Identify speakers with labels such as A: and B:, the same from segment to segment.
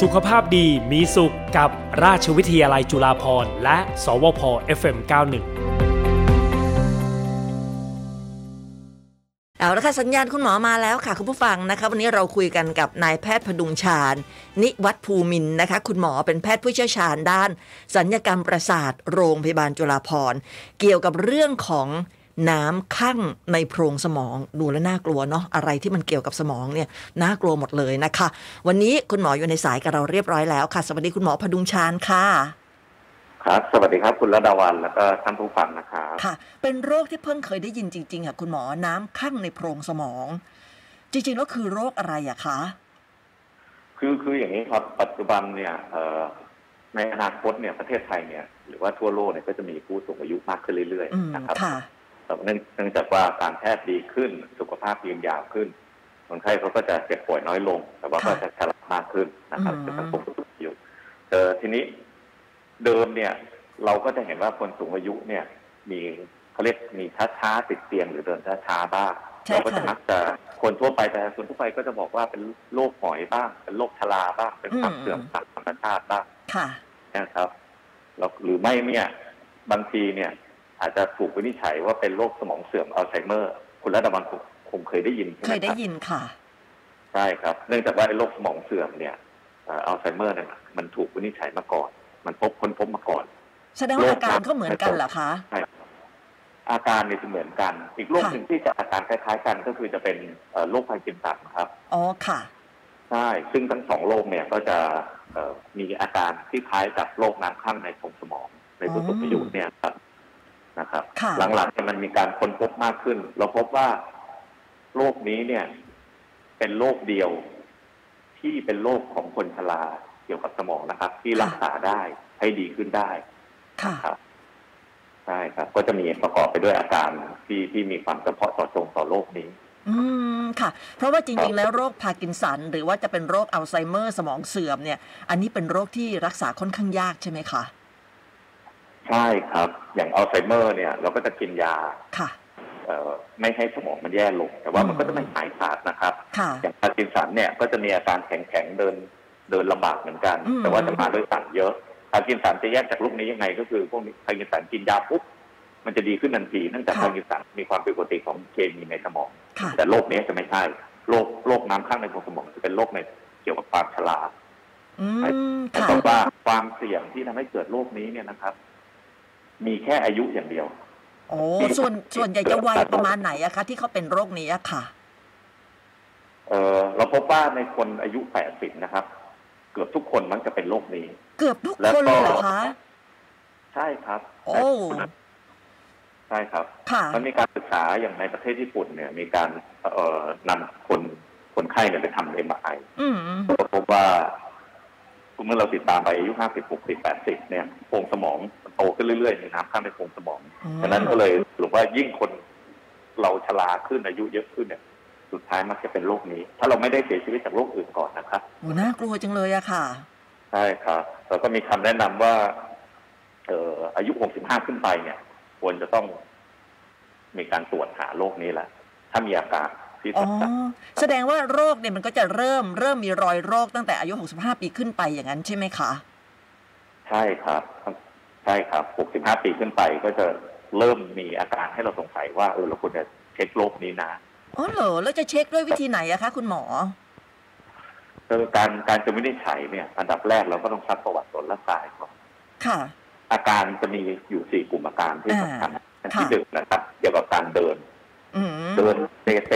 A: สุขภาพดีมีสุขกับราชวิทยาลัยจุฬาภรณ์และ สวพ FM91
B: เอาละค่ะสัญญาณคุณหมอมาแล้วค่ะ คุณผู้ฟังนะคะวันนี้เราคุยกันกับนายแพทย์พดุงชาญ นิวัฒน์ภูมินทร์นะคะ คุณหมอเป็นแพทย์ผู้เชี่ยวชาญด้าน สัญญกรรมประสาทโรงพยาบาลจุฬาภรณ์เกี่ยวกับเรื่องของน้ำข้างในโพรงสมองดูแล้วน่ากลัวเนาะอะไรที่มันเกี่ยวกับสมองเนี่ยน่ากลัวหมดเลยนะคะ วันนี้คุณหมออยู่ในสายกับเราเรียบร้อยแล้วค่ะ สวัสดีคุณหมอพดุงชาญค่ะ
C: ครับ สวัสดีครับ คุณระดาวันแล้วก็ท่านผู้ฟังนะครับ
B: ค่ะ เป็นโรคที่เพิ่งเคยได้ยินจริงๆค่ะคุณหมอน้ำข้างในโพรงสมอง จริงๆแล้วคือโรคอะไรอะคะ
C: คือคืออย่างนี้ครับ ปัจจุบันเนี่ยเอ่อในอนาคตเนี่ยประเทศไทยเนี่ยหรือว่าทั่วโลกเนี่ยก็จะมีผู้สูงอายุมากขึ้นเรื่อย
B: อืม
C: ๆนะครับ
B: ค่ะ
C: แต่เนื่องเนื่องจากว่าการแพทย์ดีขึ้น สุขภาพยืนยาวขึ้นคนไข้เขาก็จะเจ็บป่วยน้อยลง แต่ว่าก็
B: ค่ะ
C: จะฉลาดมากขึ้นนะครับ
B: อืม
C: จะสังคมผู้สูงอายุเอ่อทีนี้เดิมเนี่ย เราก็จะเห็นว่าคนสูงอายุเนี่ย มีเขาเรียกมีช้าๆติดเตียงหรือเดินช้าๆบ้าง
B: ใช่
C: เราก็จะ
B: ค่ะ
C: มักจะคนทั่วไปประชาชนทั่วไปก็จะบอกว่าเป็นโรคหอยบ้าง เป็นโรคชราบ้าง เป็นความ
B: อืม
C: เสื่อมทางธรรมชาติบ้าง
B: ค่ะ
C: นะครับแล้วหรือไม่เนี่ยบางทีเนี่ย อาจจะถูกวินิจฉัยว่าเป็นโรคสมองเสื่อมอัลไซเมอร์ คุณรัตบันคงคงเคยได้ยินใช่
B: เค
C: ไหม
B: ยได้
C: ครับ
B: ยินค่ะ
C: ใช่ครับ เนื่องจากว่าไอ้โรคสมองเสื่อมเนี่ยเอ่อัลไซเมอร์เนี่ยมันถูกวินิจฉัยมาก่อน มันพบค้นพบมาก่อน
B: แสดงว่าอาการก็เหมือนกันเหรอคะ
C: ใช่ครับอาการเนี่ยจะเหมือนกัน อีกโรค
B: ค่ะ
C: หนึ่งที่จะอาการคล้ายๆกันก็คือจะเป็นเอ่อโรคพาร์กินสันครับ
B: อ๋อค่ะ
C: ใช่ ซึ่งทั้งสองโรคเนี่ยก็จะเอ่อมีอาการที่คล้ายกับโรคน้ำข้างในของสมองในผู้สูงอายุเนี่ยครับนะครับ
B: ค่ะ
C: หลังๆเนี่ยมันมีการค้นพบมากขึ้น เราพบว่าโรคนี้เนี่ย เป็นโรคเดียวที่เป็นโรคของคนชราเกี่ยวกับสมองนะครับ ที่รักษาได้ให้ดีขึ้นได้
B: ค่ะ
C: ครับใช่ครับ ก็จะมีประกอบไปด้วยอาการที่ที่มีความเฉพาะเจาะจงต่อโรคนี้
B: อืม ค่ะ เพราะว่าจริงๆ แล้วโรคพาร์กินสัน หรือว่าจะเป็นโรคอัลไซเมอร์สมองเสื่อมเนี่ย อันนี้เป็นโรคที่รักษาค่อนข้างยากใช่ไหมคะ
C: ใช่ครับ อย่างอัลไซเมอร์เนี่ย เราก็จะกินยา
B: ค่ะ
C: เอ่อไม่ให้สมองมันแย่ลง แต่ว่ามันก็จะไม่หายขาดนะครับ
B: ค่ะ
C: อย่างพาร์กินสันเนี่ยก็จะมีอาการแข็งๆเดินเดินลำบากเหมือนกัน
B: อืม
C: แต่ว่าจะมาด้วยสันเยอะพาร์กินสันจะแยกจากลูกนี้ยังไง ก็คือพวกนี้พาร์กินสันกินยาปุ๊บมันจะดีขึ้นทันทีเนื่องจากพาร์กินสันมีความผิดปกติของเคมีในสมอง
B: ค่ะ
C: แต่โรคนี้จะไม่ใช่โรคโรคน้ำข้างในของสมองจะเป็นโรคในเกี่ยวกับความชรา
B: อืม
C: แต่
B: ค่ะ
C: ต้องว่าความเสี่ยงที่ทำให้เกิดโรคนี้เนี่ยนะครับ มีแค่อายุอย่างเดียว
B: โอ้ ส่วน ส่วนใหญ่จะวัยประมาณไหนอะคะที่เขาเป็นโรคนี้อะค่ะ
C: เอ่อเราพบว่าในคนอายุ 80 นะครับ เกือบทุกคนมักจะเป็นโรคนี้
B: เกือบทุก
C: แล้ว
B: คน
C: ก็
B: เลยเหรอคะ
C: ใช่ครับ
B: โอ้
C: ใช่ครับ
B: ค่ะ
C: มันมีการศึกษาอย่างในประเทศญี่ปุ่นเนี่ย มีการเอ่อนำคนคนไข้เนี่ยไปทำเอ็มไอ
B: อืม
C: เราพบว่าเมื่อเราติดตามไปอายุ 50 60 80 เนี่ยโครงสมองมันโตขึ้นเรื่อยๆในน้ำข้างในโครงสมอง ดังนั้นก็เลยสรุปว่ายิ่งคนเราชราขึ้นอายุเยอะขึ้นเนี่ย สุดท้ายมักจะเป็นโรคนี้ ถ้าเราไม่ได้เสียชีวิตจากโรคอื่นก่อนนะครับ
B: โอ้น่ากลัวจังเลยอะค่ะ
C: ใช่ครับแล้วก็มีคำแนะนำว่า เอ่ออายุ 65 ขึ้นไปเนี่ย ควรจะต้องมีการตรวจหาโรคนี้แหละถ้ามีอาการที่
B: อ๋
C: สั
B: อ
C: มผัส
B: แสดงว่าโรคเนี่ยมันก็จะเริ่มเริ่มมีรอยโรคตั้งแต่อายุ 65 ปีขึ้นไปอย่างนั้นใช่ไหมคะ
C: ใช่ครับ ใช่ครับ 65 ปีขึ้นไปก็จะเริ่มมีอาการให้เราสงสัยว่าเออเราควรจะเช็คโรคนี้นะ
B: อ๋อเหรอ แล้วจะเช็คด้วยวิธีไหนอะคะคุณหมอ
C: คือการการจะวินิจฉัยเนี่ย อันดับแรกเราก็ต้องซักประวัติตนร่างกายก่อน
B: ค่ะ
C: อาการจะมีอยู่สี่กลุ่มอาการที่สำคัญอันที่
B: ค่ะ
C: หนึ่งนะครับ เกี่ยวกับการเดิน
B: อืม
C: เดินเซเซ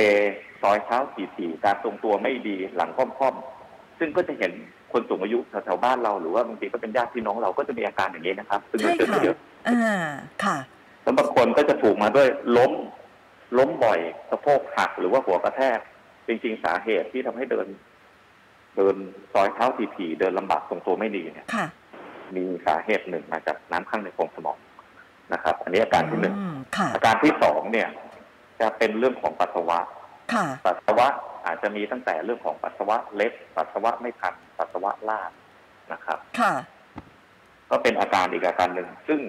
C: ซอยเท้าถี่ ๆ การทรงตัวไม่ดีหลังค่อมๆ ซึ่งก็จะเห็นคนสูงอายุแถวๆบ้านเราหรือว่าบางทีก็เป็นญาติพี่น้องเราก็จะมีอาการอย่างนี้นะครับ ซึ่งมั
B: ใช่
C: นเจอ
B: ค่ะ
C: เยอะ
B: อ่า ค่ะ
C: แล้วบางคนก็จะถูกมาด้วยล้ม ล้มบ่อยสะโพกหักหรือว่าหัวกระแทก จริง ๆ สาเหตุที่ทำให้เดิน เดินซอยเท้าถี่ๆเดินลำบากทรงตัวไม่ดีเนี่ย
B: ค่ะ
C: มีสาเหตุหนึ่งมาจากน้ำข้างในโพรงสมองนะครับ อันนี้อาการที่หนึ่ง
B: อืมค่ะ
C: อาการที่สองเนี่ย จะเป็นเรื่องของปัสสาวะ
B: ค่ะ
C: ปัสสาวะอาจจะมีตั้งแต่เรื่องของปัสสาวะเล็ก ปัสสาวะไม่คันปัสสาวะลาดนะครับ
B: ค่ะ
C: ก็เป็นอาการอีกอาการหนึ่ง ซึ่ง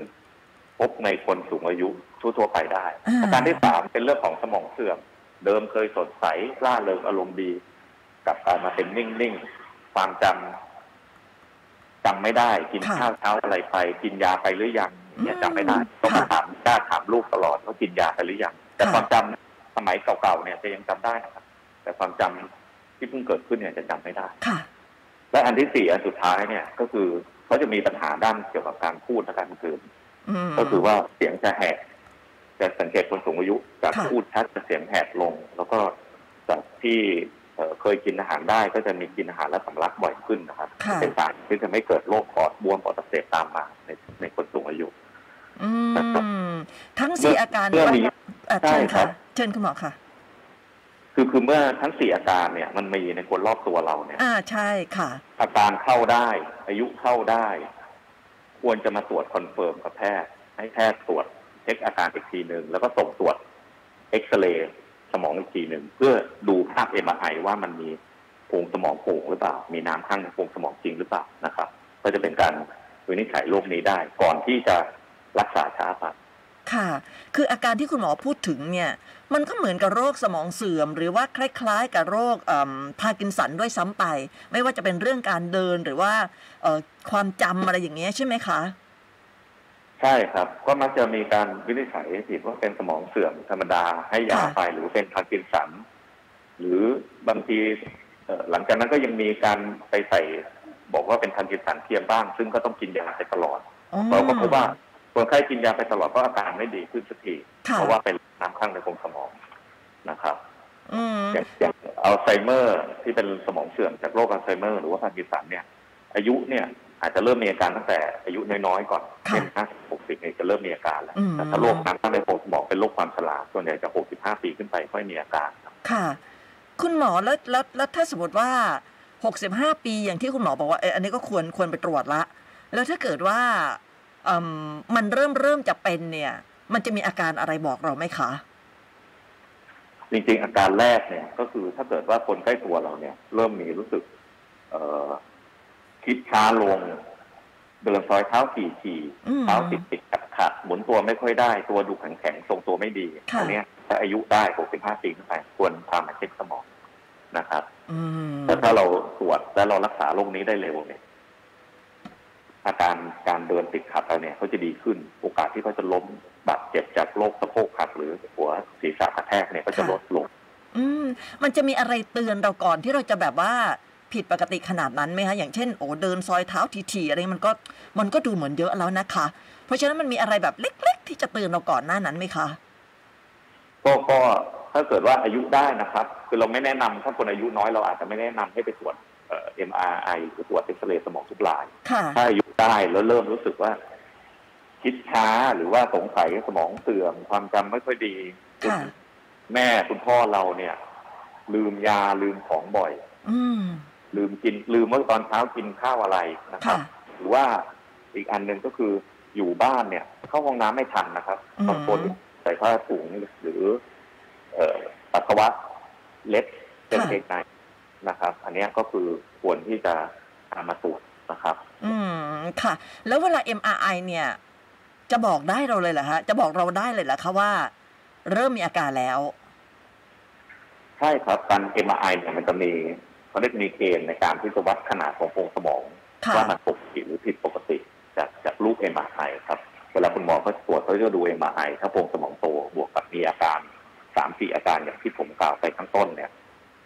C: พบในคนสูงอายุทั่วๆไปได้
B: อ่า
C: อาการที่สามเป็นเรื่องของสมองเสื่อม เดิมเคยสดใสล่าเริงอารมณ์ดี กลับกลายมาเป็นนิ่ง ๆ ความจำ จำไม่ได้กิน
B: ค่ะ
C: ข้าวเช้าอะไรไป กินยาไปหรือยังเนี่ย
B: อืม
C: จำไม่ได้ต้องมา
B: ค่ะ
C: ถามญาติถามลูกตลอดว่ากินยาไปหรือยังแต่
B: ค่ะ
C: ความจำสมัยเก่าๆเนี่ยจะยังจำได้นะครับแต่ความจำที่เพิ่งเกิดขึ้นเนี่ยจะจำไม่ได้
B: ค่ะ
C: และอันที่สี่อันสุดท้ายเนี่ยก็คือเขาจะมีปัญหาด้านเกี่ยวกับการพูดและการกลืน
B: อืม
C: ก็คือว่าเสียงจะแหกจะสังเกตคนสูงอายุจะ
B: ค่ะ
C: พูดชัดจะเสียงแหกลง แล้วก็จากที่เอ่อเคยกินอาหารได้ก็จะมีกินอาหารและสำลักบ่อยขึ้นนะครับ
B: ค่ะ
C: เป็นสารที่จะไม่เกิดโรคปอดบวมปอดอักเสบตามมาในในคนสูงอายุ
B: อืมทั้งสี่อาการ
C: เรื่องนี้
B: เอ่อเชิญ
C: ใช่ครั
B: ค่ะ
C: บ
B: เชิญคุณหมอค่ะ
C: คือคือเมื่อทั้งสี่อาการเนี่ยมันมีในคนรอบตัวเราเนี่ย
B: อ่าใช่ค่ะ
C: อาการเข้าได้ อายุเข้าได้ ควรจะมาตรวจคอนเฟิร์มกับแพทย์ ให้แพทย์ตรวจเช็คอาการอีกทีหนึ่งแล้วก็ส่งตรวจเอ็กซเรย์สมองอีกทีหนึ่งเพื่อดูภาพเอ็มไอว่ามันมีโพรงสมองโป่งหรือเปล่า มีน้ำข้างในโพรงสมองจริงหรือเปล่านะครับ ก็จะเป็นการวินิจฉัยโรคนี้ได้ ก่อนที่จะรักษาช้าไป
B: ค่ะ คืออาการที่คุณหมอพูดถึงเนี่ย มันก็เหมือนกับโรคสมองเสื่อม หรือว่าคล้ายๆ กับโรคพาร์กินสันด้วยซ้ำไป ไม่ว่าจะเป็นเรื่องการเดินหรือว่าเอ่อความจำอะไรอย่างเงี้ยใช่ไหมคะ
C: ใช่ครับ ก็มักจะมีการวินิจฉัยผิดว่าเป็นสมองเสื่อมธรรมดาให้ยา
B: ค่ะ
C: ไปหรือเป็นพาร์กินสัน หรือบางทีเอ่อหลังจากนั้นก็ยังมีการไปใส่ บอกว่าเป็นพาร์กินสันเทียมบ้าง ซึ่งก็ต้องกินยาไปตลอด
B: อ๋อ
C: เราก็พบว่าคนไข้กินยาไปตลอดก็อาการไม่ดีขึ้นสักที
B: ค่ะ
C: เพราะว่าเป็นน้ำข้างในโพรงสมองนะครับ
B: อืม
C: อย่างอย่างอัลไซเมอร์ที่เป็นสมองเสื่อมจากโรคอัลไซเมอร์หรือว่าพาร์กินสันเนี่ย อายุเนี่ยอาจจะเริ่มมีอาการตั้งแต่อายุน้อยๆก่อนเช่นห้าสิบหกสิบเนี่ยจะเริ่มมีอาการแล้ว
B: อืม
C: แต่ถ้าโรคน้ำข้างในโพรงสมองเป็นโรคความฉลาดส่วนใหญ่จะหกสิบห้าปีขึ้นไปค่อยมีอาการครับ
B: ค่ะ คุณหมอแล้วแล้วแล้วถ้าสมมติว่า 65 ปีอย่างที่คุณหมอบอกว่าเอออันนี้ก็ควรควรไปตรวจละ แล้วถ้าเกิดว่าอืมมันเริ่มเริ่มจะเป็นเนี่ย มันจะมีอาการอะไรบอกเราไหมคะ
C: จริงๆอาการแรกเนี่ย ก็คือถ้าเกิดว่าคนใกล้ตัวเราเนี่ย เริ่มมีรู้สึก เอ่อคิดช้าลง เดินซอยเท้าขี่ขี่
B: อืม
C: เท้าติดติดขัดขัดๆหมุนตัวไม่ค่อยได้ ตัวดูแข็งแข็งๆทรงตัวไม่ดี
B: ค่ะ
C: อัเนี้ยถ้าอายุได้หกสิบห้าปีขึ้นไปควรพามาเช็คสมองนะครับ
B: อืม
C: แต่ถ้าเราตรวจและเรารักษาโรคนี้ได้เร็วเนี่ยอาการการเดินติดขัดอะไรเนี่ยเขาจะดีขึ้นโอกาสที่เขาจะล้มบาดเจ็บจากโรคสะโพกหักหรือหัวศีรษะกระแทกเนี่ยก็จะ
B: ค่ะ
C: ลดลง
B: อืมมันจะมีอะไรเตือนเราก่อนที่เราจะแบบว่าผิดปกติขนาดนั้นไหมคะอย่างเช่นโอ้เดินซอยเท้าทีๆอะไรมันก็มันก็ดูเหมือนเยอะแล้วนะคะ เพราะฉะนั้นมันมีอะไรแบบเล็ก ๆ ที่จะเตือนเราก่อนหน้านั้นไหมคะ
C: ก็ก็ถ้าเกิดว่าอายุได้นะครับ คือเราไม่แนะนำถ้าคนอายุน้อยเราอาจจะไม่แนะนำให้ไปตรวจเอ่อ MRI หรือตรวจเอ็กซเรย์สมองทุกราย
B: ค่ะ
C: ถ้าอายุได้แล้วเริ่มรู้สึกว่า คิดช้าหรือว่าสงสัยสมองเสื่อม ความจำไม่ค่อยดี
B: ค่ะ
C: แม่คุณพ่อเราเนี่ย ลืมยาลืมของบ่อย
B: อืม
C: ลืมกินลืมเมื่อตอนเช้ากินข้าวอะไรนะครั
B: ค่ะ
C: บ หรือว่าอีกอันหนึ่งก็คืออยู่บ้านเนี่ย เข้าห้องน้ำไม่ทันนะครับ
B: อืม
C: บางคนใส่ผ้าถุงหรือ เอ่อปัสสาวะเล็ดเจนเอกในนะครับ อันเนี้ยก็คือควรที่จะนำมาตรวจนะครับ
B: อืมค่ะ แล้วเวลา MRI เนี่ย จะบอกได้เราเลยเหรอฮะจะบอกเราได้เลยเหรอคะว่า เริ่มมีอาการแล้ว
C: ใช่ครับการ MRI เนี่ยมันจะมีเขาเรียกมีเกณฑ์ในการที่จะวัดขนาดของโพรงสมอง
B: ค่ะ
C: ว่ามันปกติหรือผิดปกติจากจากรูป MRI ครับ เวลาคุณหมอเขาตรวจเขาจะดู MRI ถ้าโพรงสมองโตบวกกับมีอาการสามสี่อาการอย่างที่ผมกล่าวไปข้างต้นเนี่ย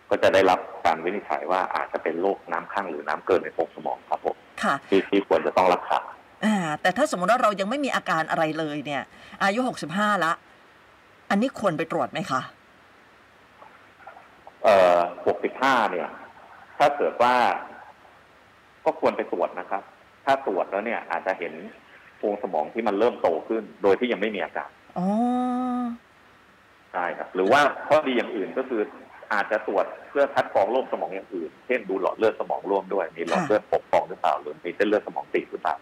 C: ก็จะได้รับการวินิจฉัยว่าอาจจะเป็นโรคน้ำข้างหรือน้ำเกินในโพรงสมองครับผม
B: ค่ะ
C: ที่ที่ควรจะต้องรักษา
B: อ่าแต่ถ้าสมมติว่าเรายังไม่มีอาการอะไรเลยเนี่ย อายุ 65 ละ อันนี้ควรไปตรวจไหมคะ
C: เอ่อ65 เนี่ย ถ้าเกิดว่า ก็ควรไปตรวจนะครับ ถ้าตรวจแล้วเนี่ย อาจจะเห็นโพรงสมองที่มันเริ่มโตขึ้น โดยที่ยังไม่มีอาการ
B: อ๋อ
C: ใช่ครับ หรือว่าข้อดีอย่างอื่นก็คือ อาจจะตรวจเพื่อคัดกรองโรคสมองอย่างอื่น เช่นดูหลอดเลือดสมองร่วมด้วย มีหลอด
B: ค่ะ
C: เลือดปกครองหรือเปล่า หรือมีเส้นเลือดสมองตีบหรือเปล่า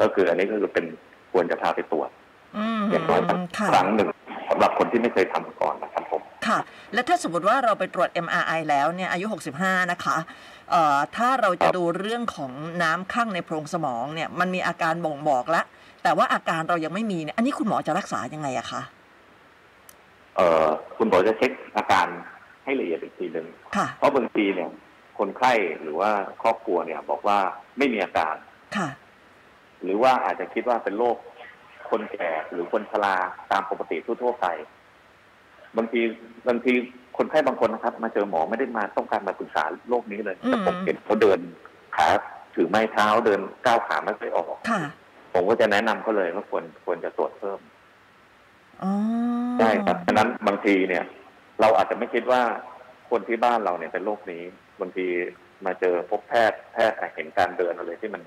C: ก็คืออันนี้ก็คือเป็นควรจะพาไปตรวจ
B: อืม
C: อย่างน้อยสัก
B: ค่ะ
C: ครั้งหนึ่งสำหรับคนที่ไม่เคยทำมาก่อนนะครับผม
B: ค่ะ และถ้าสมมติว่าเราไปตรวจ MRI แล้วเนี่ยอายุ 65 นะคะ เอ่อ ถ้าเราจะ
C: ครับ
B: ดูเรื่องของน้ำข้างในโพรงสมองเนี่ย มันมีอาการบ่งบอกละ แต่ว่าอาการเรายังไม่มีเนี่ย อันนี้คุณหมอจะรักษายังไงอะคะ
C: เอ่อคุณหมอจะเช็คอาการให้ละเอียดอีกทีหนึ่ง
B: ค่ะ
C: เพราะบางทีเนี่ย คนไข้หรือว่าครอบครัวเนี่ย บอกว่าไม่มีอาการ
B: ค่ะ
C: หรือว่าอาจจะคิดว่าเป็นโรคคนแก่หรือคนชราตามปกติทั่วๆไป บางทีบางทีคนไข้บางคนนะครับ มาเจอหมอไม่ได้มาต้องการมาปรึกษาโรคนี้เลย
B: อืม
C: แต่ผมเห็นเขาเดินขาถือไม้เท้าเดินก้าวขาไม่ค่อยออก
B: ค่ะ
C: ผมก็จะแนะนำเขาเลยว่าควรควรจะตรวจเพิ่ม
B: อ๋อ
C: ใช่ครับฉะนั้นบางทีเนี่ย เราอาจจะไม่คิดว่าคนที่บ้านเราเนี่ยเป็นโรคนี้ บางทีมาเจอพบแพทย์แพทย์อาจเห็นการเดินอะไรที่มัน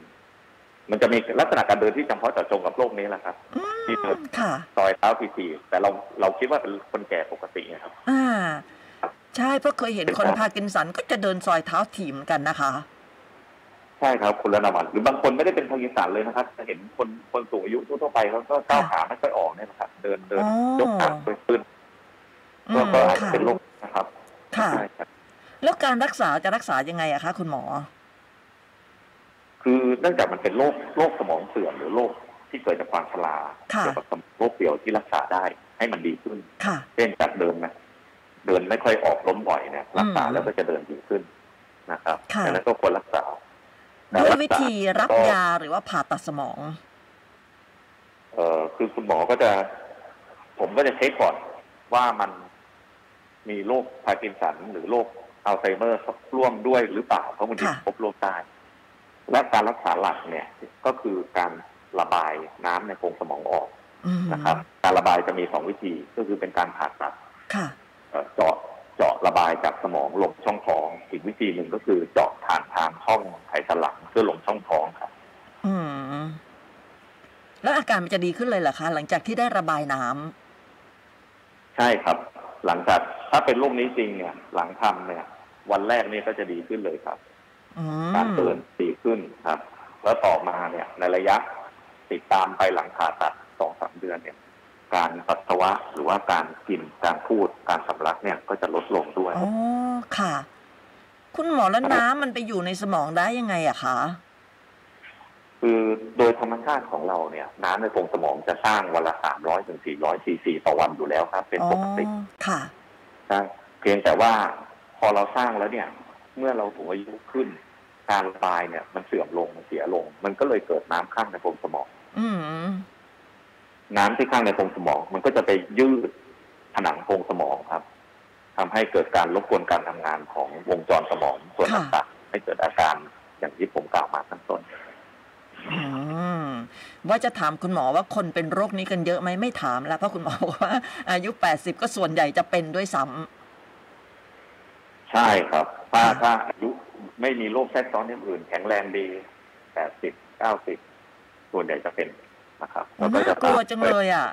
C: มันจะมีลักษณะการเดินที่จำเพาะเจาะจงกับโรคนี้แหละครับ
B: อืม
C: ที่เดิน
B: ค่ะ
C: ซอยเท้าทีทีแต่เราเราคิดว่าเป็นคนแก่ปกติไงครับ
B: อ่า ใช่เพราะเคยเห็นคนพากินสันก็จะเดินซอยเท้าถีบเหมอนกันนะคะ
C: ใช่ครับคุณระนวันหรือบางคนไม่ได้เป็นพากินสันเลยนะครับจะเห็นคนคนสูงอายุทั่วๆไปเขาก็ก้าวขาไม่ค่อยออกเนี่ยนะครับ เดินเดิน
B: อ๋อ
C: ยกขาขึ้น
B: อื
C: ก็
B: ม
C: ก็อาจจะ
B: ค่ะ
C: เป็นโรคนะครับ
B: ค่ะ
C: ใช่ครับ
B: แล้วการรักษาจะรักษายังไงอะคะคุณหมอ
C: คือเนื่องจากมันเป็นโรคโรคสมองเสื่อมหรือโรคที่เกิดจากความชรา
B: ค่ะ
C: เกี่ยวกับโรคเสี่ยวที่รักษาได้ให้มันดีขึ้น
B: ค่ะ
C: เช่นจากเดิมนะเดินไม่ค่อยออกล้มบ่อยเนี่ยรักษา
B: อืม
C: แล้วก็จะเดินดีขึ้นนะครับ
B: ค่ะ
C: ดังนั้นก็ควรรักษาแต่
B: ด้วย
C: รักษา
B: วิธีรับยาหรือว่าผ่าตัดสมอง
C: เอ่อคือคุณหมอก็จะ ผมก็จะเช็คก่อนว่ามันมีโรคพาร์กินสันหรือโรคอัลไซเมอร์ร่วมด้วยหรือเปล่าเพราะบางที
B: ค่ะ
C: พบร่วมได้และการรักษาหลักเนี่ย ก็คือการระบายน้ำในโพรงสมองออก
B: อืม
C: นะครับ การระบายจะมีสองวิธีก็คือเป็นการผ่าตัด
B: ค่ะ
C: เอ่อเจาะเจาะระบายจากสมองลงช่องท้องอีกวิธีหนึ่งก็คือเจาะผ่านทางช่องไขสันหลังเพื่อลงช่องท้องครับ
B: อืมแล้วอาการมันจะดีขึ้นเลยเหรอคะ หลังจากที่ได้ระบายน้ำ
C: ใช่ครับ หลังจากถ้าเป็นโรคนี้จริงเนี่ย หลังทำเนี่ย วันแรกเนี่ยก็จะดีขึ้นเลยครับ
B: อืม
C: การเดินดีขึ้นครับ แล้วต่อมาเนี่ย ในระยะติดตามไปหลังผ่าตัดสองสามเดือนเนี่ย การปัสสาวะหรือว่าการกินการพูดการสำลักเนี่ยก็จะลดลงด้วย
B: อ๋อค่ะ คุณหมอแล้วน้ำมันไปอยู่ในสมองได้ยังไงอะคะ
C: คือโดยธรรมชาติของเราเนี่ย น้ำในโพรงสมองจะสร้างวันละสามร้อยถึงสี่ร้อยซีซีต่อวันอยู่แล้วครับ เป็น
B: อ๋อ
C: ปกติ
B: ค่ะ
C: ใช่เพียงแต่ว่าพอเราสร้างแล้วเนี่ย เมื่อเราสูงอายุขึ้น การระบายเนี่ย มันเสื่อมลงมันเสียลง มันก็เลยเกิดน้ำข้างในโพรงสมอง
B: อืม
C: น้ำที่ข้างในโพรงสมอง มันก็จะไปยืดผนังโพรงสมองครับทำให้เกิดการรบกวนการทำงานของวงจรสมองส่วน
B: ค่ะ
C: ต่างๆให้เกิดอาการอย่างที่ผมกล่าวมาข้างต้น
B: อืมว่าจะถามคุณหมอว่าคนเป็นโรคนี้กันเยอะไหมไม่ถามแล้วเพราะคุณหมอบอกว่า อายุ 80 ก็ส่วนใหญ่จะเป็นด้วยซ้
C: ใช่ครับ ถ้าถ้าอายุไม่มีโรคแทรกซ้อนอย่างอื่น แข็งแรงดีแปดสิบเก้าสิบส่วนใหญ่จะเป็นนะครับ
B: ำน่ากลัวจังเลยอ่ะ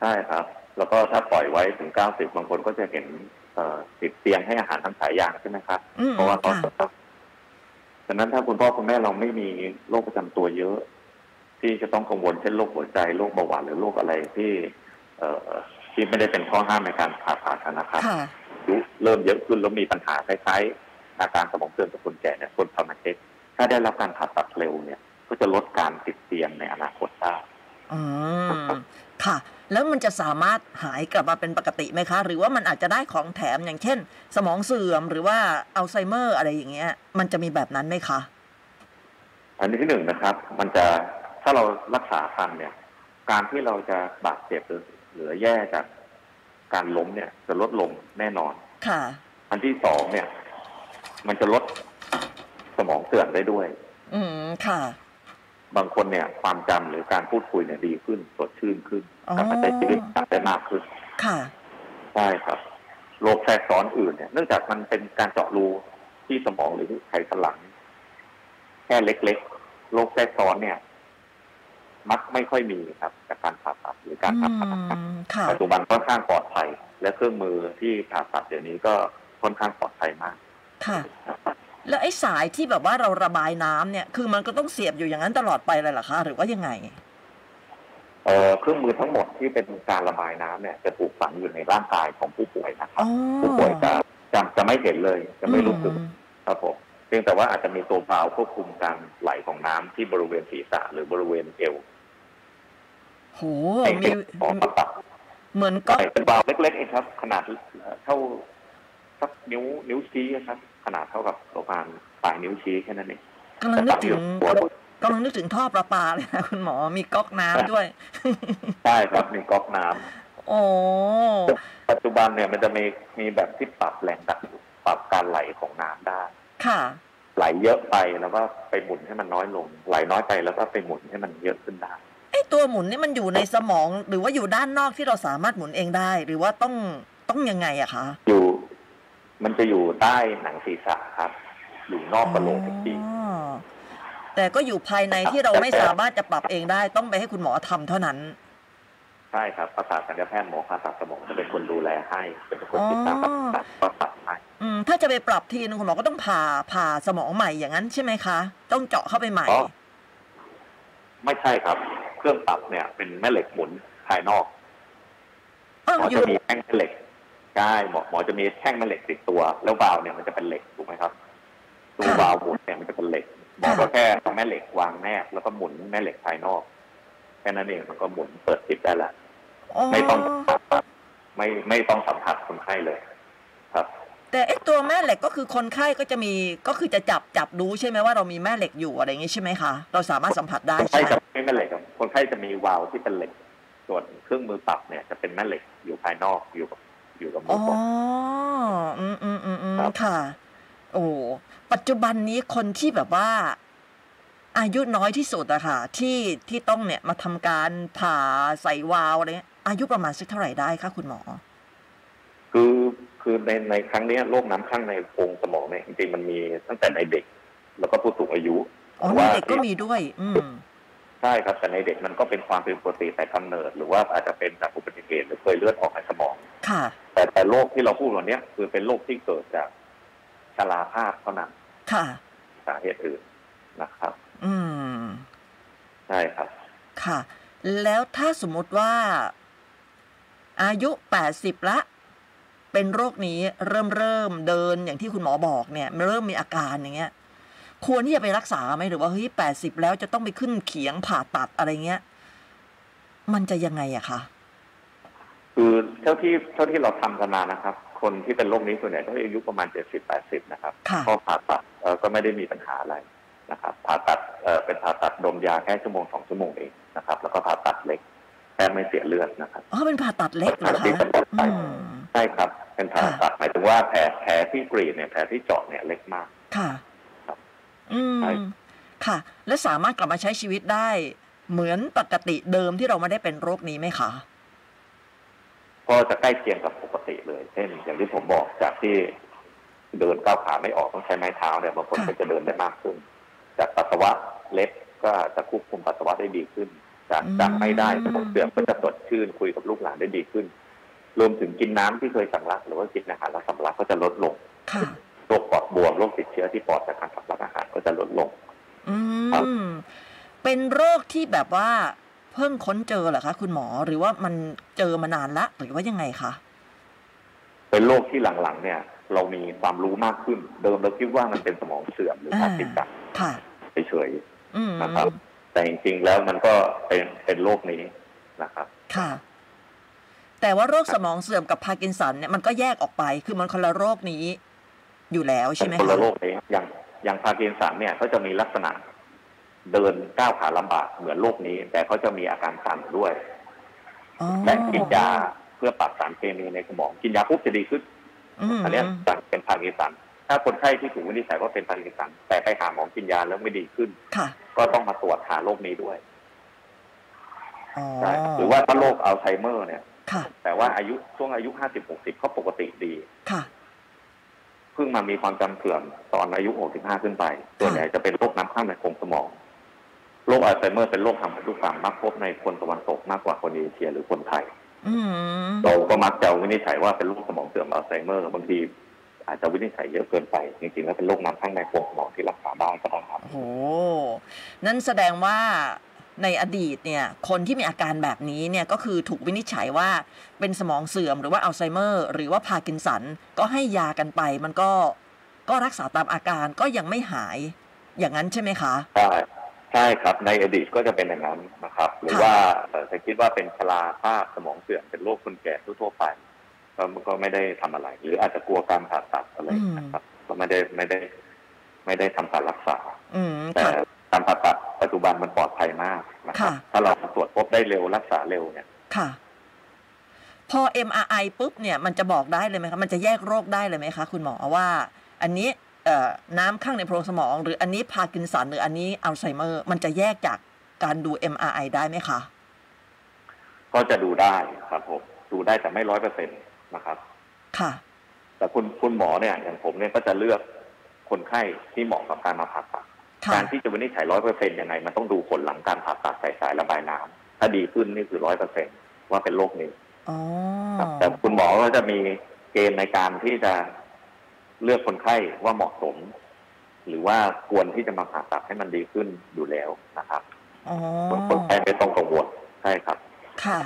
C: ใช่ครับ แล้วก็ถ้าปล่อยไว้ถึงเก้าสิบบางคนก็จะเห็นเอ่อติดเตียงให้อาหารทางสายยางใช่ไหมครับ
B: อืม
C: เพราะว่าเขา
B: ค่ะ
C: จะต้องดังนั้นถ้าคุณพ่อคุณแม่เราไม่มีโรคประจำตัวเยอะ ที่จะต้องกังวลเช่นโรคหัวใจโรคเบาหวานหรือโรคอะไรที่ เอ่อที่ไม่ได้เป็นข้อห้ามในการผ่าตัดนะครับ
B: ค่ะ
C: อายุเริ่มเยอะขึ้นแล้วมีปัญหาคล้ายๆอาการสมองเสื่อมกับคนแก่เนี่ยคนพามาเช็คถ้าได้รับการผ่าตัดเร็วเนี่ย ก็จะลดการติดเตียงในอนาคตได้
B: อืมค่ะ แล้วมันจะสามารถหายกลับมาเป็นปกติไหมคะ หรือว่ามันอาจจะได้ของแถมอย่างเช่น สมองเสื่อมหรือว่าอัลไซเมอร์อะไรอย่างเงี้ย มันจะมีแบบนั้นไหมคะ
C: อันที่หนึ่งนะครับ มันจะถ้าเรารักษาทันเนี่ย การที่เราจะบาดเจ็บหรือหรือแย่จากการล้มเนี่ย จะลดลงแน่นอน
B: ค่ะ
C: อันที่สองเนี่ย มันจะลดสมองเสื่อมได้ด้วย
B: อืมค่ะ
C: บางคนเนี่ย ความจำหรือการพูดคุยเนี่ยดีขึ้นสดชื่นขึ้น
B: อ๋อ
C: กลับมาใช้ชีวิตได้มากขึ้น
B: ค่ะ
C: ใช่ครับโรคแทรกซ้อนอื่นเนี่ยเนื่องจากมันเป็นการเจาะรูที่สมองหรือไขสันหลัง แค่เล็กๆโรคแทรกซ้อนเนี่ย มักไม่ค่อยมีครับจากการผ่าตัดหรือการ
B: อื
C: ผ่าตัดนะครับ
B: มค่ะ
C: ปัจจุบันค่อนข้างปลอดภัย และเครื่องมือที่ผ่าตัดเดี๋ยวนี้ก็ค่อนข้างปลอดภัยมาก
B: ค่ะ แล้วไอ้สายที่แบบว่าเราระบายน้ำเนี่ย คือมันก็ต้องเสียบอยู่อย่างนั้นตลอดไปเลยเหรอคะ หรือว่ายังไง
C: เอ่อเครื่องมือทั้งหมดที่เป็นการระบายน้ำเนี่ย จะถูกฝังอยู่ในร่างกายของผู้ป่วยนะครับ
B: อ๋อ
C: ผู้ป่วยจะจะจะไม่เห็นเลย จะไม่รู้สึก
B: อืม
C: ครับผมเพียงแต่ว่าอาจจะมีตัวพาวควบคุมการไหลของน้ำที่บริเวณศีรษะหรือบริเวณเอว
B: โห
C: ให้
B: มี
C: เป็นหมอผ่าตัด
B: เหมือนก็
C: ใช่เป็นบาล์วเล็กๆเองครับ ขนาดเอ่อเท่าสักนิ้วนิ้วชี้ครับ ขนาดเท่ากับประมาณปลายนิ้วชี้แค่นั้นเอง
B: กำลังนึกถึงกำลังนึกถึงท่อประปาเลยนะคุณหมอมีก๊อกน้ำด้วย
C: ใช่ครับมีก๊อกน้ำ
B: โอ้
C: ปัจจุบันเนี่ยมันจะมีมีแบบที่ปรับแรงดันปรับการไหลของน้ำได้
B: ค่ะ
C: ไหลเยอะไปแล้วก็ไปหมุนให้มันน้อยลง ไหลน้อยไปแล้วก็ไปหมุนให้มันเยอะขึ้นได้
B: ไอตัวหมุนนี่มันอยู่ในสมองหรือว่าอยู่ด้านนอกที่เราสามารถหมุนเองได้ หรือว่าต้องต้องยังไงอะคะ
C: อยู่มันจะอยู่ใต้หนังศีรษะครับ อยู่นอกกระโหลกอีกที
B: อ๋อแต่ก็อยู่ภายในที่เราไม่สามารถจะปรับเองได้ ต้องไปให้คุณหมอทำเท่านั้น
C: ใช่ครับประสาทสัญญาแพทย์หมอผ่าตัดสมองจะเป็นคนดูแลให้ เป็นคนติดตาม
B: อ๋
C: ป
B: อ
C: ระสาทประสาทให้
B: อืมถ้าจะไปปรับทีนึงคุณหมอก็ต้องผ่าผ่าสมองใหม่อย่างนั้นใช่ไหมคะ ต้องเจาะเข้าไปใหม่
C: อ๋อไม่ใช่ครับ เครื่องปรับเนี่ย เป็นแม่เหล็กหมุนภายนอก
B: อ้า
C: ห
B: ว
C: มอ
B: อ
C: จะ
B: ยู่
C: มีแท่งแม่เหล็กใช่หมอหมอจะมีแท่งแม่เหล็กติดตัว แล้ววาล์วเนี่ยมันจะเป็นเหล็กถูกไหมครับ ตัววาล์วหมุนเนี่ยมันจะเป็นเหล็กหมอก็แค่เอาแม่เหล็กวางแนบแล้วก็หมุนแม่เหล็กภายนอกแค่นั้นเองมันก็หมุนเปิดปิดได้ละ
B: อ๋อ
C: ไม่ต้องไม่ไม่ต้องสัมผัสคนไข้เลย ครับ
B: แต่ไอตัวแม่เหล็กก็คือคนไข้ก็จะมีก็คือจะจับจับรู้ใช่ไหมว่าเรามีแม่เหล็กอยู่อะไรอย่างงี้ใช่ไหมคะเราสามารถสัมผัสได้
C: คน
B: ใช่
C: ไข้
B: ไหม
C: จะไม่แม่เหล็กครับคนไข้จะมีวาล์วที่เป็นเหล็ก ส่วนเครื่องมือปรับเนี่ยจะเป็นแม่เหล็กอยู่ภายนอกอยู่กับอยู่กับมื
B: อ๋
C: อ
B: อ
C: ปรับ
B: อืมอืมอืมอืม
C: ครับ
B: ค่ะ โอ้ปัจจุบันนี้คนที่แบบว่า อายุน้อยที่สุดอะค่ะ ที่ที่ต้องเนี่ยมาทำการผ่าใส่วาล์วอะไรเงี้ยอายุประมาณสักเท่าไหร่ได้คะคุณหมอ
C: คือคือในในครั้งเนี้ยโรคน้ำข้างในโพรงสมองเนี่ยจริงๆมันมีตั้งแต่ในเด็ก แล้วก็ผู้สูงอายุ
B: อ๋อใน
C: แต่ว่า
B: เด็กก็มีด้วย อืม
C: ใช่ครับแต่ในเด็กมันก็เป็นความเป็นปกติแต่กำเนิด หรือว่าอาจจะเป็นจากอุบัติเหตุหรือเคยเลือดออกในสมอง
B: ค่ะ
C: แต่แต่โรคที่เราพูดวันเนี้ยคือเป็นโรคที่เกิดจากชราภาพเท่านั้น
B: ค่ะ
C: สาเหตุอื่นนะครับ
B: อืม
C: ใช่ครับ
B: ค่ะ แล้วถ้าสมมติว่า อายุ 80 ละ เป็นโรคนี้เริ่มเริ่มเดินอย่างที่คุณหมอบอกเนี่ย เริ่มมีอาการอย่างเงี้ย ควรที่จะไปรักษาไหมหรือว่าเฮ้ย80 แล้วจะต้องไปขึ้นเขียงผ่าตัดอะไรเงี้ย มันจะยังไงอะคะ
C: คือเท่าที่เท่าที่เราทำกันมานะครับ คนที่เป็นโรคนี้ส่วนใหญ่ก็อายุประมาณเจ็ดสิบแปดสิบนะครับ
B: ค่ะ
C: ก็ผ่าตัดเอ่อก็ไม่ได้มีปัญหาอะไรนะครับ ผ่าตัดเอ่อเป็นผ่าตัดดมยาแค่ชั่วโมงสองชั่วโมงเองนะครับ แล้วก็ผ่าตัดเล็กแค่ไม่เสียเลือดนะครับ
B: อ๋อเป็นผ่าตัดเล็กเหรอคะ อืม
C: ใช่ครับ เป็นผ่าตัดหมายถึงว่าแผลแผลที่กรีดเนี่ยแผลที่เจาะเนี่ยเล็กมาก
B: ค่ะ
C: ครับ
B: อื
C: ใช่
B: ม ค่ะ และสามารถกลับมาใช้ชีวิตได้ เหมือนปกติเดิมที่เราไม่ได้เป็นโรคนี้ไหมคะ
C: ก็จะใกล้เคียงกับปกติเลย เช่น อย่างที่ผมบอกจากที่เดินก้าวขาไม่ออกต้องใช้ไม้เท้าเนี่ยบางคน
B: ค่ะ
C: ก็จะเดินได้มากขึ้น จากปัสสาวะเล็กก็จะควบคุมปัสสาวะได้ดีขึ้น จากจากไม่ได้ผมเสื่อมก็จะสดชื่นคุยกับลูกหลานได้ดีขึ้น รวมถึงกินน้ำที่เคยสำลักหรือว่ากินอาหารแล้วสำลักก็จะลดลง
B: ค่ะ
C: โรคปอดบวมโรคติดเชื้อที่ปอดจากการสำลักอาหารก็จะลดลง
B: อื
C: ครับ
B: ม เป็นโรคที่แบบว่า เพิ่งค้นเจอเหรอคะ คุณหมอ หรือว่ามันเจอมานานละ หรือว่ายังไงคะ
C: เป็นโรคที่หลังๆ เนี่ย เรามีความรู้มากขึ้น เดิมเราคิดว่ามันเป็นสมองเสื่อมหรือพาร์กินสัน
B: ค่ะ
C: เฉยๆ
B: อืม
C: นะครับ แต่จริงๆ แล้วมันก็เป็นเป็นโรคนี้นะครับ
B: ค่ะ แต่ว่าโรคสมองเสื่อมกับพาร์กินสันเนี่ยมันก็แยกออกไป คือมันคนละโรคนี้ อยู่แล้วใช่ไหม
C: เป็นคนละ
B: คะ
C: โรคนี้อย่างอย่างพาร์กินสันเนี่ยเขาจะมีลักษณะ เดินก้าวขาลำบากเหมือนโรคนี้ แต่เขาจะมีอาการสั่นด้วย
B: อ๋อ
C: แต่กินยาเพื่อปรับสารเคมีในสมองกินยาปุ๊บจะดีขึ้น
B: ม
C: อันเนี้ยเป็นพาร์กินสัน ถ้าคนไข้ที่ถูกวินิจฉัยว่าเป็นพาร์กินสัน แต่ไปหาหมอกินยาแล้วไม่ดีขึ้น
B: ค่ะ
C: ก็ต้องมาตรวจหาโรคนี้ด้วย
B: อ๋อ
C: ใช่หรือว่าถ้าโรคอัลไซเมอร์เนี่ย
B: ค่ะ
C: แต่ว่าอายุช่วงอายุห้าสิบหกสิบเขาปกติดี
B: ค่ะ
C: เพิ่งมามีความจำเสื่อมตอนอายุ 65 ขึ้นไป ส่วนใหญ่จะเป็นโรคน้ำข้างในโพรงสมอง โรคอัลไซเมอร์เป็นโรคทางพันธุกรรมมักพบในคนตะวันตกมากกว่าคนเอเชียหรือคนไทย
B: อืม
C: เราก็มักจะวินิจฉัยว่าเป็นโรคสมองเสื่อมอัลไซเมอร์ บางทีอาจจะวินิจฉัยเยอะเกินไป จริงๆแล้วเป็นโรคน้ำข้างในโพรงสมองที่รักษาได้ก็ได้ครับ
B: โอ้โห นั่นแสดงว่าในอดีตเนี่ย คนที่มีอาการแบบนี้เนี่ย ก็คือถูกวินิจฉัยว่าเป็นสมองเสื่อมหรือว่าอัลไซเมอร์ หรือว่าพาร์กินสัน ก็ให้ยากันไป มันก็ก็รักษาตามอาการก็ยังไม่หาย อย่างนั้นใช่ไหมคะ
C: ใช่ใช่ครับในอดีตก็จะเป็นอย่างนั้นนะครับ หรือ
B: ค่ะ
C: ว่าเอ่อจะคิดว่าเป็นชราภาพสมองเสื่อมเป็นโรคคนแก่ทั่วๆไปก็ก็ไม่ได้ทำอะไร หรืออาจจะกลัวการผ่าตัดอะไรนะครับ ก็ไม่ได้ไม่ได้ ไม่ได้ทำการรักษา
B: อืม
C: แต่
B: ค่ะ
C: การผ่าตัดปัจจุบันมันปลอดภัยมากนะครับ
B: ค่ะ
C: ถ้าเราตรวจพบได้เร็วรักษาเร็วเนี่ย
B: ค่ะ พอ MRI ปุ๊บเนี่ยมันจะบอกได้เลยไหมคะมันจะแยกโรคได้เลยไหมคะคุณหมอว่า อันนี้เอ่อน้ำข้างในโพรงสมอง หรืออันนี้พาร์กินสันหรืออันนี้อัลไซเมอร์ มันจะแยกจากการดู MRI ได้ไหมคะ
C: ก็จะดูได้ครับผมดูได้แต่ไม่ร้อยเปอร์เซ็นต์นะครับ
B: ค่ะ
C: แต่คุณคุณหมอเนี่ยอย่างผมเนี่ยก็จะเลือกคนไข้ที่เหมาะกับการมาผ่าตัด
B: ค่ะ
C: การที่จะวินิจฉัยร้อยเปอร์เซ็นต์ยังไง มันต้องดูผลหลังการผ่าตัดสายสายระบายน้ำถ้าดีขึ้นนี่คือร้อยเปอร์เซ็นต์ว่าเป็นโรคนี้
B: อ๋อ
C: ครับแต่คุณหมอก็จะมีเกณฑ์ในการที่จะเลือกคนไข้ว่าเหมาะสม หรือว่าควรที่จะมาผ่าตัดให้มันดีขึ้นอยู่แล้วนะครับ
B: อ๋อ
C: คนไข้ไม่ต้องกังวลใช่ครับ
B: ค่ะ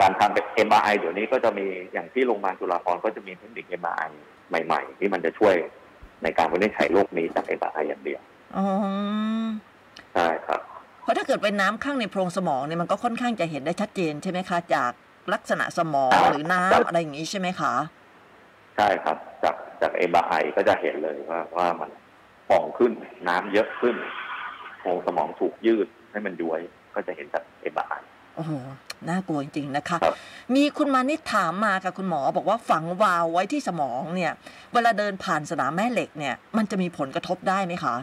C: การทำเป็น MRI เดี๋ยวนี้ก็จะมีอย่างที่โรงพยาบาลจุฬาภรณ์ก็จะมีเทคนิค MRI ใหม่ ๆ ที่มันจะช่วยในการวินิจฉัยโรคนี้จาก MRI อย่างเดียว
B: อ๋อ
C: ใช่ครับ
B: เพราะถ้าเกิดเป็นน้ำข้างในโพรงสมองเนี่ยมันก็ค่อนข้างจะเห็นได้ชัดเจนใช่ไหมคะ จากลักษณะสมองหรือน้ำอะไรอย่างนี้ใช่ไหมคะ
C: ใช่ครับ จากจาก MRI ก็จะเห็นเลยว่าว่ามันป่องขึ้นน้ำเยอะขึ้นโพรงสมองถูกยืดให้มันย้วยก็จะเห็นจาก MRI
B: โอ้โห น่ากลัวจริง ๆ นะคะ
C: ครับ
B: มีคุณมานิดถามมากับคุณหมอบอกว่าฝังวาล์วไว้ที่สมองเนี่ย เวลาเดินผ่านสนามแม่เหล็กเนี่ย มันจะมีผลกระทบได้ไหมคะ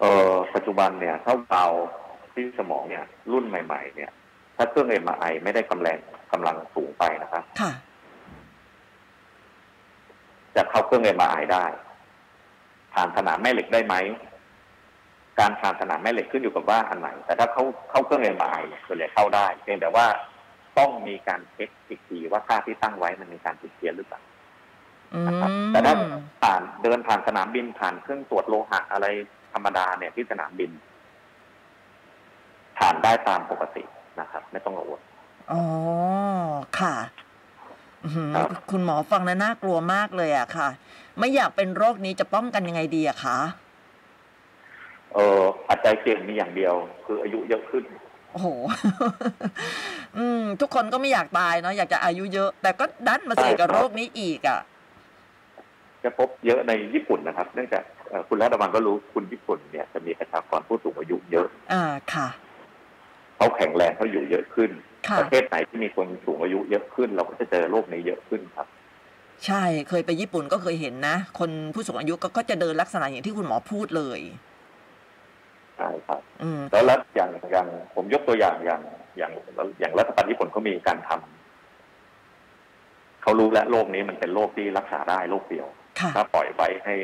C: เออปัจจุบันเนี่ยถ้าเราที่สมองเนี่ยรุ่นใหม่ ๆ เนี่ย ถ้าเครื่อง MRI ไม่ได้กำลังกำลังสูงไปนะครับ
B: ค่ะ
C: จะเข้าเครื่อง MRI ได้ ผ่านสนามแม่เหล็กได้ไหม การผ่านสนามแม่เหล็กขึ้นอยู่กับว่าอันไหน แต่ถ้าเข้าเข้าเครื่อง MRI เนี่ยส่วนใหญ่เข้าได้ เพียงแต่ว่าต้องมีการเช็คอีกทีว่าค่าที่ตั้งไว้มันมีการติดเพี้ยนหรือเปล่า
B: อื
C: นะครับ
B: ม
C: แต่ถ้าผ่านเดินผ่านสนามบินผ่านเครื่องตรวจโลหะอะไรธรรมดาเนี่ยที่สนามบิน ผ่านได้ตามปกตินะครับ ไม่ต้องกังวล
B: อ๋อ ค่ะอื้อหือ
C: ครับ
B: คุณหมอฟังแล้วน่ากลัวมากเลยอะค่ะ ไม่อยากเป็นโรคนี้จะป้องกันยังไงดีอะคะ
C: เออปัจจัยเสี่ยงมีอย่างเดียว คืออายุเยอะขึ้น
B: โอ้โห อืม ทุกคนก็ไม่อยากตายเนาะอยากจะอายุเยอะ แต่ก็ดันมาเสี่ยงกับ
C: ใช่ครับ
B: โรคนี้อีกอ่ะ
C: จะพบเยอะในญี่ปุ่นนะครับ เนื่องจากเอ่อคุณรัตบันก็รู้คุณญี่ปุ่นเนี่ยจะมีประชากรผู้สูงอายุเยอะ
B: อ่าค่ะ
C: เขาแข็งแรงเขาอยู่เยอะขึ้น
B: ค่ะ
C: ประเทศไหนที่มีคนสูงอายุเยอะขึ้น เราก็จะเจอโรคนี้เยอะขึ้นครับ
B: ใช่เคยไปญี่ปุ่นก็เคยเห็นนะ คนผู้สูงอายุก็ก็จะเดินลักษณะอย่างที่คุณหมอพูดเลย
C: ใช่ครับ
B: อืม
C: แล้วรัฐอย่างอย่างผมยกตัวอย่างอย่างอย่างอย่างรัฐบาลญี่ปุ่นเขามีการทำเขารู้และโรคนี้มันเป็นโรคที่รักษาได้โรคเดียว
B: ค่ะ
C: ถ้าปล่อยไว้ให้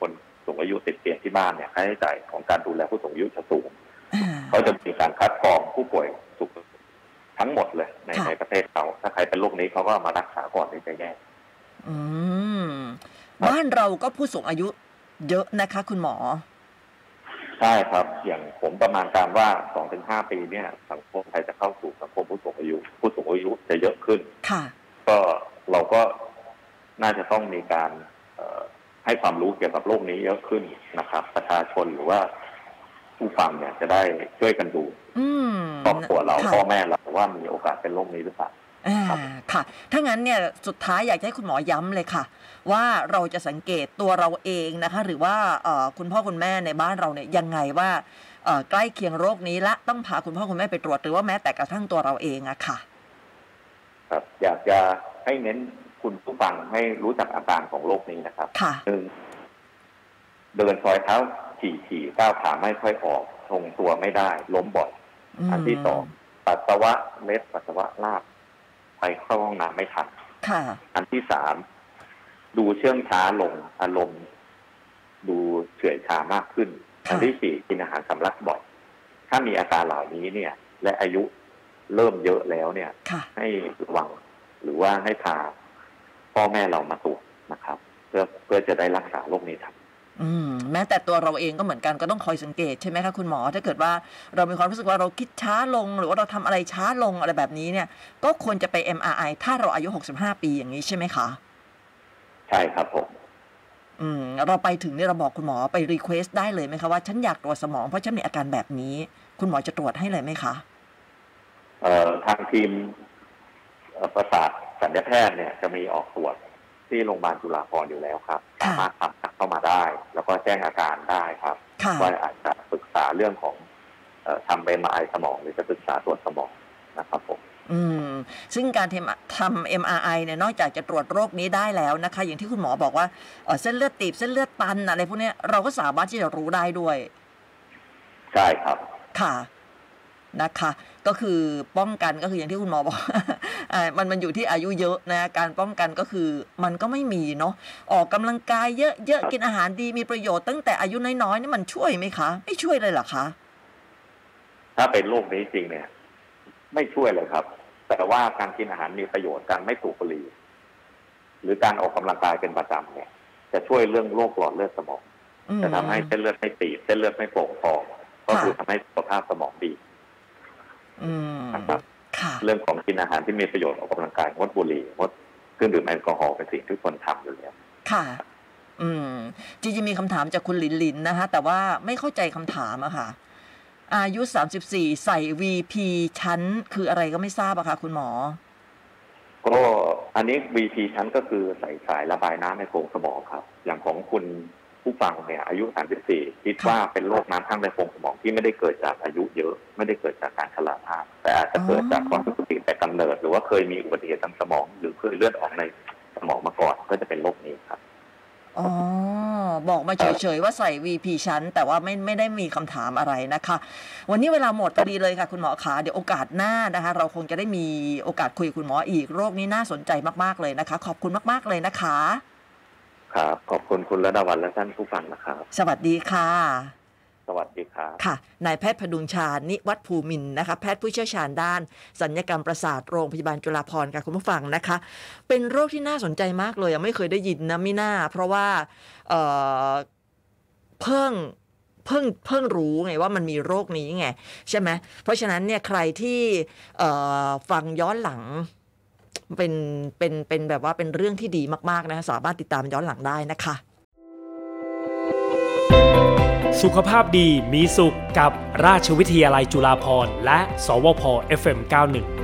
C: คนสูงอายุติดเตียงที่บ้านเนี่ยค่าใช้จ่ายของการดูแลผู้สูงอายุจะสูง
B: อ่า
C: เขาจะมีการคัดกรองผู้ป่วยสุขทั้งหมดเลยใน
B: ค่ะ
C: ในประเทศเขาถ้าใครเป็นโรคนี้เขาก็มารักษาก่อนที่จะแย่
B: อืม บ้านเราก็ผู้สูงอายุเยอะนะคะ คุณหมอ
C: ใช่ครับ อย่างผมประมาณการว่าสองถึงห้าปีเนี่ย สังคมไทยจะเข้าสู่สังคมผู้สูงอายุ ผู้สูงอายุจะเยอะขึ้น
B: ค่ะ
C: ก็เราก็น่าจะต้องมีการเอ่อให้ความรู้เกี่ยวกับโรคนี้เยอะขึ้นนะครับ ประชาชนหรือว่าผู้ฟังเนี่ยจะได้ช่วยกันดู
B: อืม
C: ครอบครัวเรา
B: ค่ะ
C: พ่อแม่เราว่ามีโอกาสเป็นโรคนี้หรือเปล่า
B: อ่า
C: ครับ
B: ค่ะ ถ้างั้นเนี่ยสุดท้ายอยากจะให้คุณหมอย้ำเลยค่ะ ว่าเราจะสังเกตตัวเราเองนะคะ หรือว่าเอ่อคุณพ่อคุณแม่ในบ้านเราเนี่ยยังไงว่าเอ่อใกล้เคียงโรคนี้ละต้องพาคุณพ่อคุณแม่ไปตรวจหรือว่าแม้แต่กระทั่งตัวเราเองอะค่ะ
C: ครับ อยากจะให้เน้นคุณผู้ฟังให้รู้จักอาการของโรคนี้นะครับ
B: ค่ะ
C: หนึ่งเดินซอยเท้าถี่ๆก้าวขาไม่ค่อยออกทรงตัวไม่ได้ ล้มบ่อย อันที่สองปัสสาวะเล็ดปัสสาวะลาบไปเข้าห้องน้ำไม่ทัน
B: ค่ะ
C: อันที่สามดูเชื่องช้าลงอารมณ์ ดูเฉื่อยชามากขึ้น
B: ค่ะ
C: อันที่สี่กินอาหารสำลักบ่อยถ้ามีอาการเหล่านี้เนี่ย และอายุเริ่มเยอะแล้วเนี่ย
B: ค่ะ
C: ให้ระวังหรือว่าให้พาพ่อแม่เรามาตรวจนะครับ เพื่อเพื่อจะได้รักษาโรคนี้ทัน
B: อืม แม้แต่ตัวเราเองก็เหมือนกันก็ต้องคอยสังเกตใช่ไหมคะคุณหมอ ถ้าเกิดว่าเรามีความรู้สึกว่าเราคิดช้าลง หรือว่าเราทำอะไรช้าลงอะไรแบบนี้เนี่ย ก็ควรจะไป MRI ถ้าเราอายุ 65 ปีอย่างนี้ใช่ไหมคะ
C: ใช่ครับผม
B: อืมเราไปถึงเนี่ยเราบอกคุณหมอไปรีเควสต์ได้เลยไหมคะว่าฉันอยากตรวจสมองเพราะฉันมีอาการแบบนี้ คุณหมอจะตรวจให้เลยไหมคะ
C: เอ่อทางทีมเอ่อประสาทสัญญแพทย์เนี่ยจะมีออกตรวจที่โรงพยาบาลจุฬาภรณ์อยู่แล้วครับ
B: ค่ะ
C: สามารถทำทาง เข้ามาได้ แล้วก็แจ้งอาการได้ครับ
B: ค่ะ
C: ว่าอาจจะปรึกษาเรื่องของเอ่อทำเอ็มไอสมอง หรือจะปรึกษาตรวจสมองนะครับผม
B: อืมซึ่งการทำทำ MRI เนี่ยนอกจากจะตรวจโรคนี้ได้แล้วนะคะ อย่างที่คุณหมอบอกว่าเอ่อเส้นเลือดตีบเส้นเลือดตันอะไรพวกเนี้ยเราก็สามารถที่จะรู้ได้ด้วย
C: ใช่ครับ
B: ค่ะนะคะ ก็คือป้องกันก็คืออย่างที่คุณหมอบอก อ่ามันมันอยู่ที่อายุเยอะนะ การป้องกันก็คือมันก็ไม่มีเนาะออกกำลังกายเยอะๆกินอาหารดีมีประโยชน์ตั้งแต่อายุน้อยๆนี่มันช่วยไหมคะ ไม่ช่วยเลยเหรอคะ
C: ถ้าเป็นโรคนี้จริงเนี่ย ไม่ช่วยเลยครับ แต่ว่าการกินอาหารมีประโยชน์การไม่สูบบุหรี่หรือการออกกำลังกายเป็นประจำเนี่ย จะช่วยเรื่องโรคหลอดเลือดสมอง
B: อืม
C: จะทำให้เส้นเลือดไม่ตีบเส้นเลือดไม่โป่งพองก็คือ
B: ค่ะ
C: ทำให้สุขภาพสมองดี
B: อืม
C: นะครับ
B: ค่ะ
C: เรื่องของกินอาหารที่มีประโยชน์ออกกำลังกายงดบุหรี่งดเครื่องดื่มแอลกอฮอล์เป็นสิ่งที่ควรทำอยู่แล้ว
B: ค่ะ อืม จริงๆ มีคำถามจากคุณลินลินนะคะ แต่ว่าไม่เข้าใจคำถามอะค่ะ อายุ 34 ใส่ VP ชั้นคืออะไรก็ไม่ทราบอะค่ะ คุณหมอ
C: ก็อันนี้ VP ชั้นก็คือใส่สายระบายน้ำในโพรงสมองครับ อย่างของคุณผู้ฟังเนี่ยอายุ 34 คิดว่าเป็นโรคน้ำข้างในโพรงสมองที่ไม่ได้เกิดจากอายุเยอะ ไม่ได้เกิดจากการชราภาพ แต่อาจจะเกิดจากความผิดปกติแต่กำเนิด หรือว่าเคยมีอุบัติเหตุทางสมอง หรือเคยเลือดออกในสมองมาก่อนก็จะเป็นโรคนี้ครับ
B: อ๋อ บอกมาเฉยๆ ว่าใส่ VP ชั้น แต่ว่าไม่ไม่ได้มีคำถามอะไรนะคะ วันนี้เวลาหมดพอดีเลยค่ะ คุณหมอขาเดี๋ยวโอกาสหน้านะคะ เราคงจะได้มีโอกาสคุยกับคุณหมออีกโรคนี้น่าสนใจมากๆเลยนะคะ ขอบคุณมากๆเลยนะคะ
C: ครับ ขอบคุณคุณระดาวันและท่านผู้ฟังนะครับ
B: สวัสดีค่ะ
C: สวัสดีครับ
B: ค่ะ นายแพทย์พดุงชาญนิวัฒน์ภูมินทร์นะคะ แพทย์ผู้เชี่ยวชาญด้าน สัญญกรรมประสาทโรงพยาบาลจุฬาภรณ์ค่ะคุณผู้ฟังนะคะ เป็นโรคที่น่าสนใจมากเลยอะไม่เคยได้ยินนะไม่น่า เพราะว่าเอ่อเพิ่งเพิ่งเพิ่งรู้ไงว่ามันมีโรคนี้ไง ใช่ไหมเพราะฉะนั้นเนี่ยใครที่เอ่อฟังย้อนหลัง เป็นเป็นเป็นแบบว่าเป็นเรื่องที่ดีมากๆนะคะสามารถติดตามย้อนหลังได้นะคะ
A: สุขภาพดีมีสุขกับราชวิทยาลัยจุฬาภรณ์และ สวพ FM91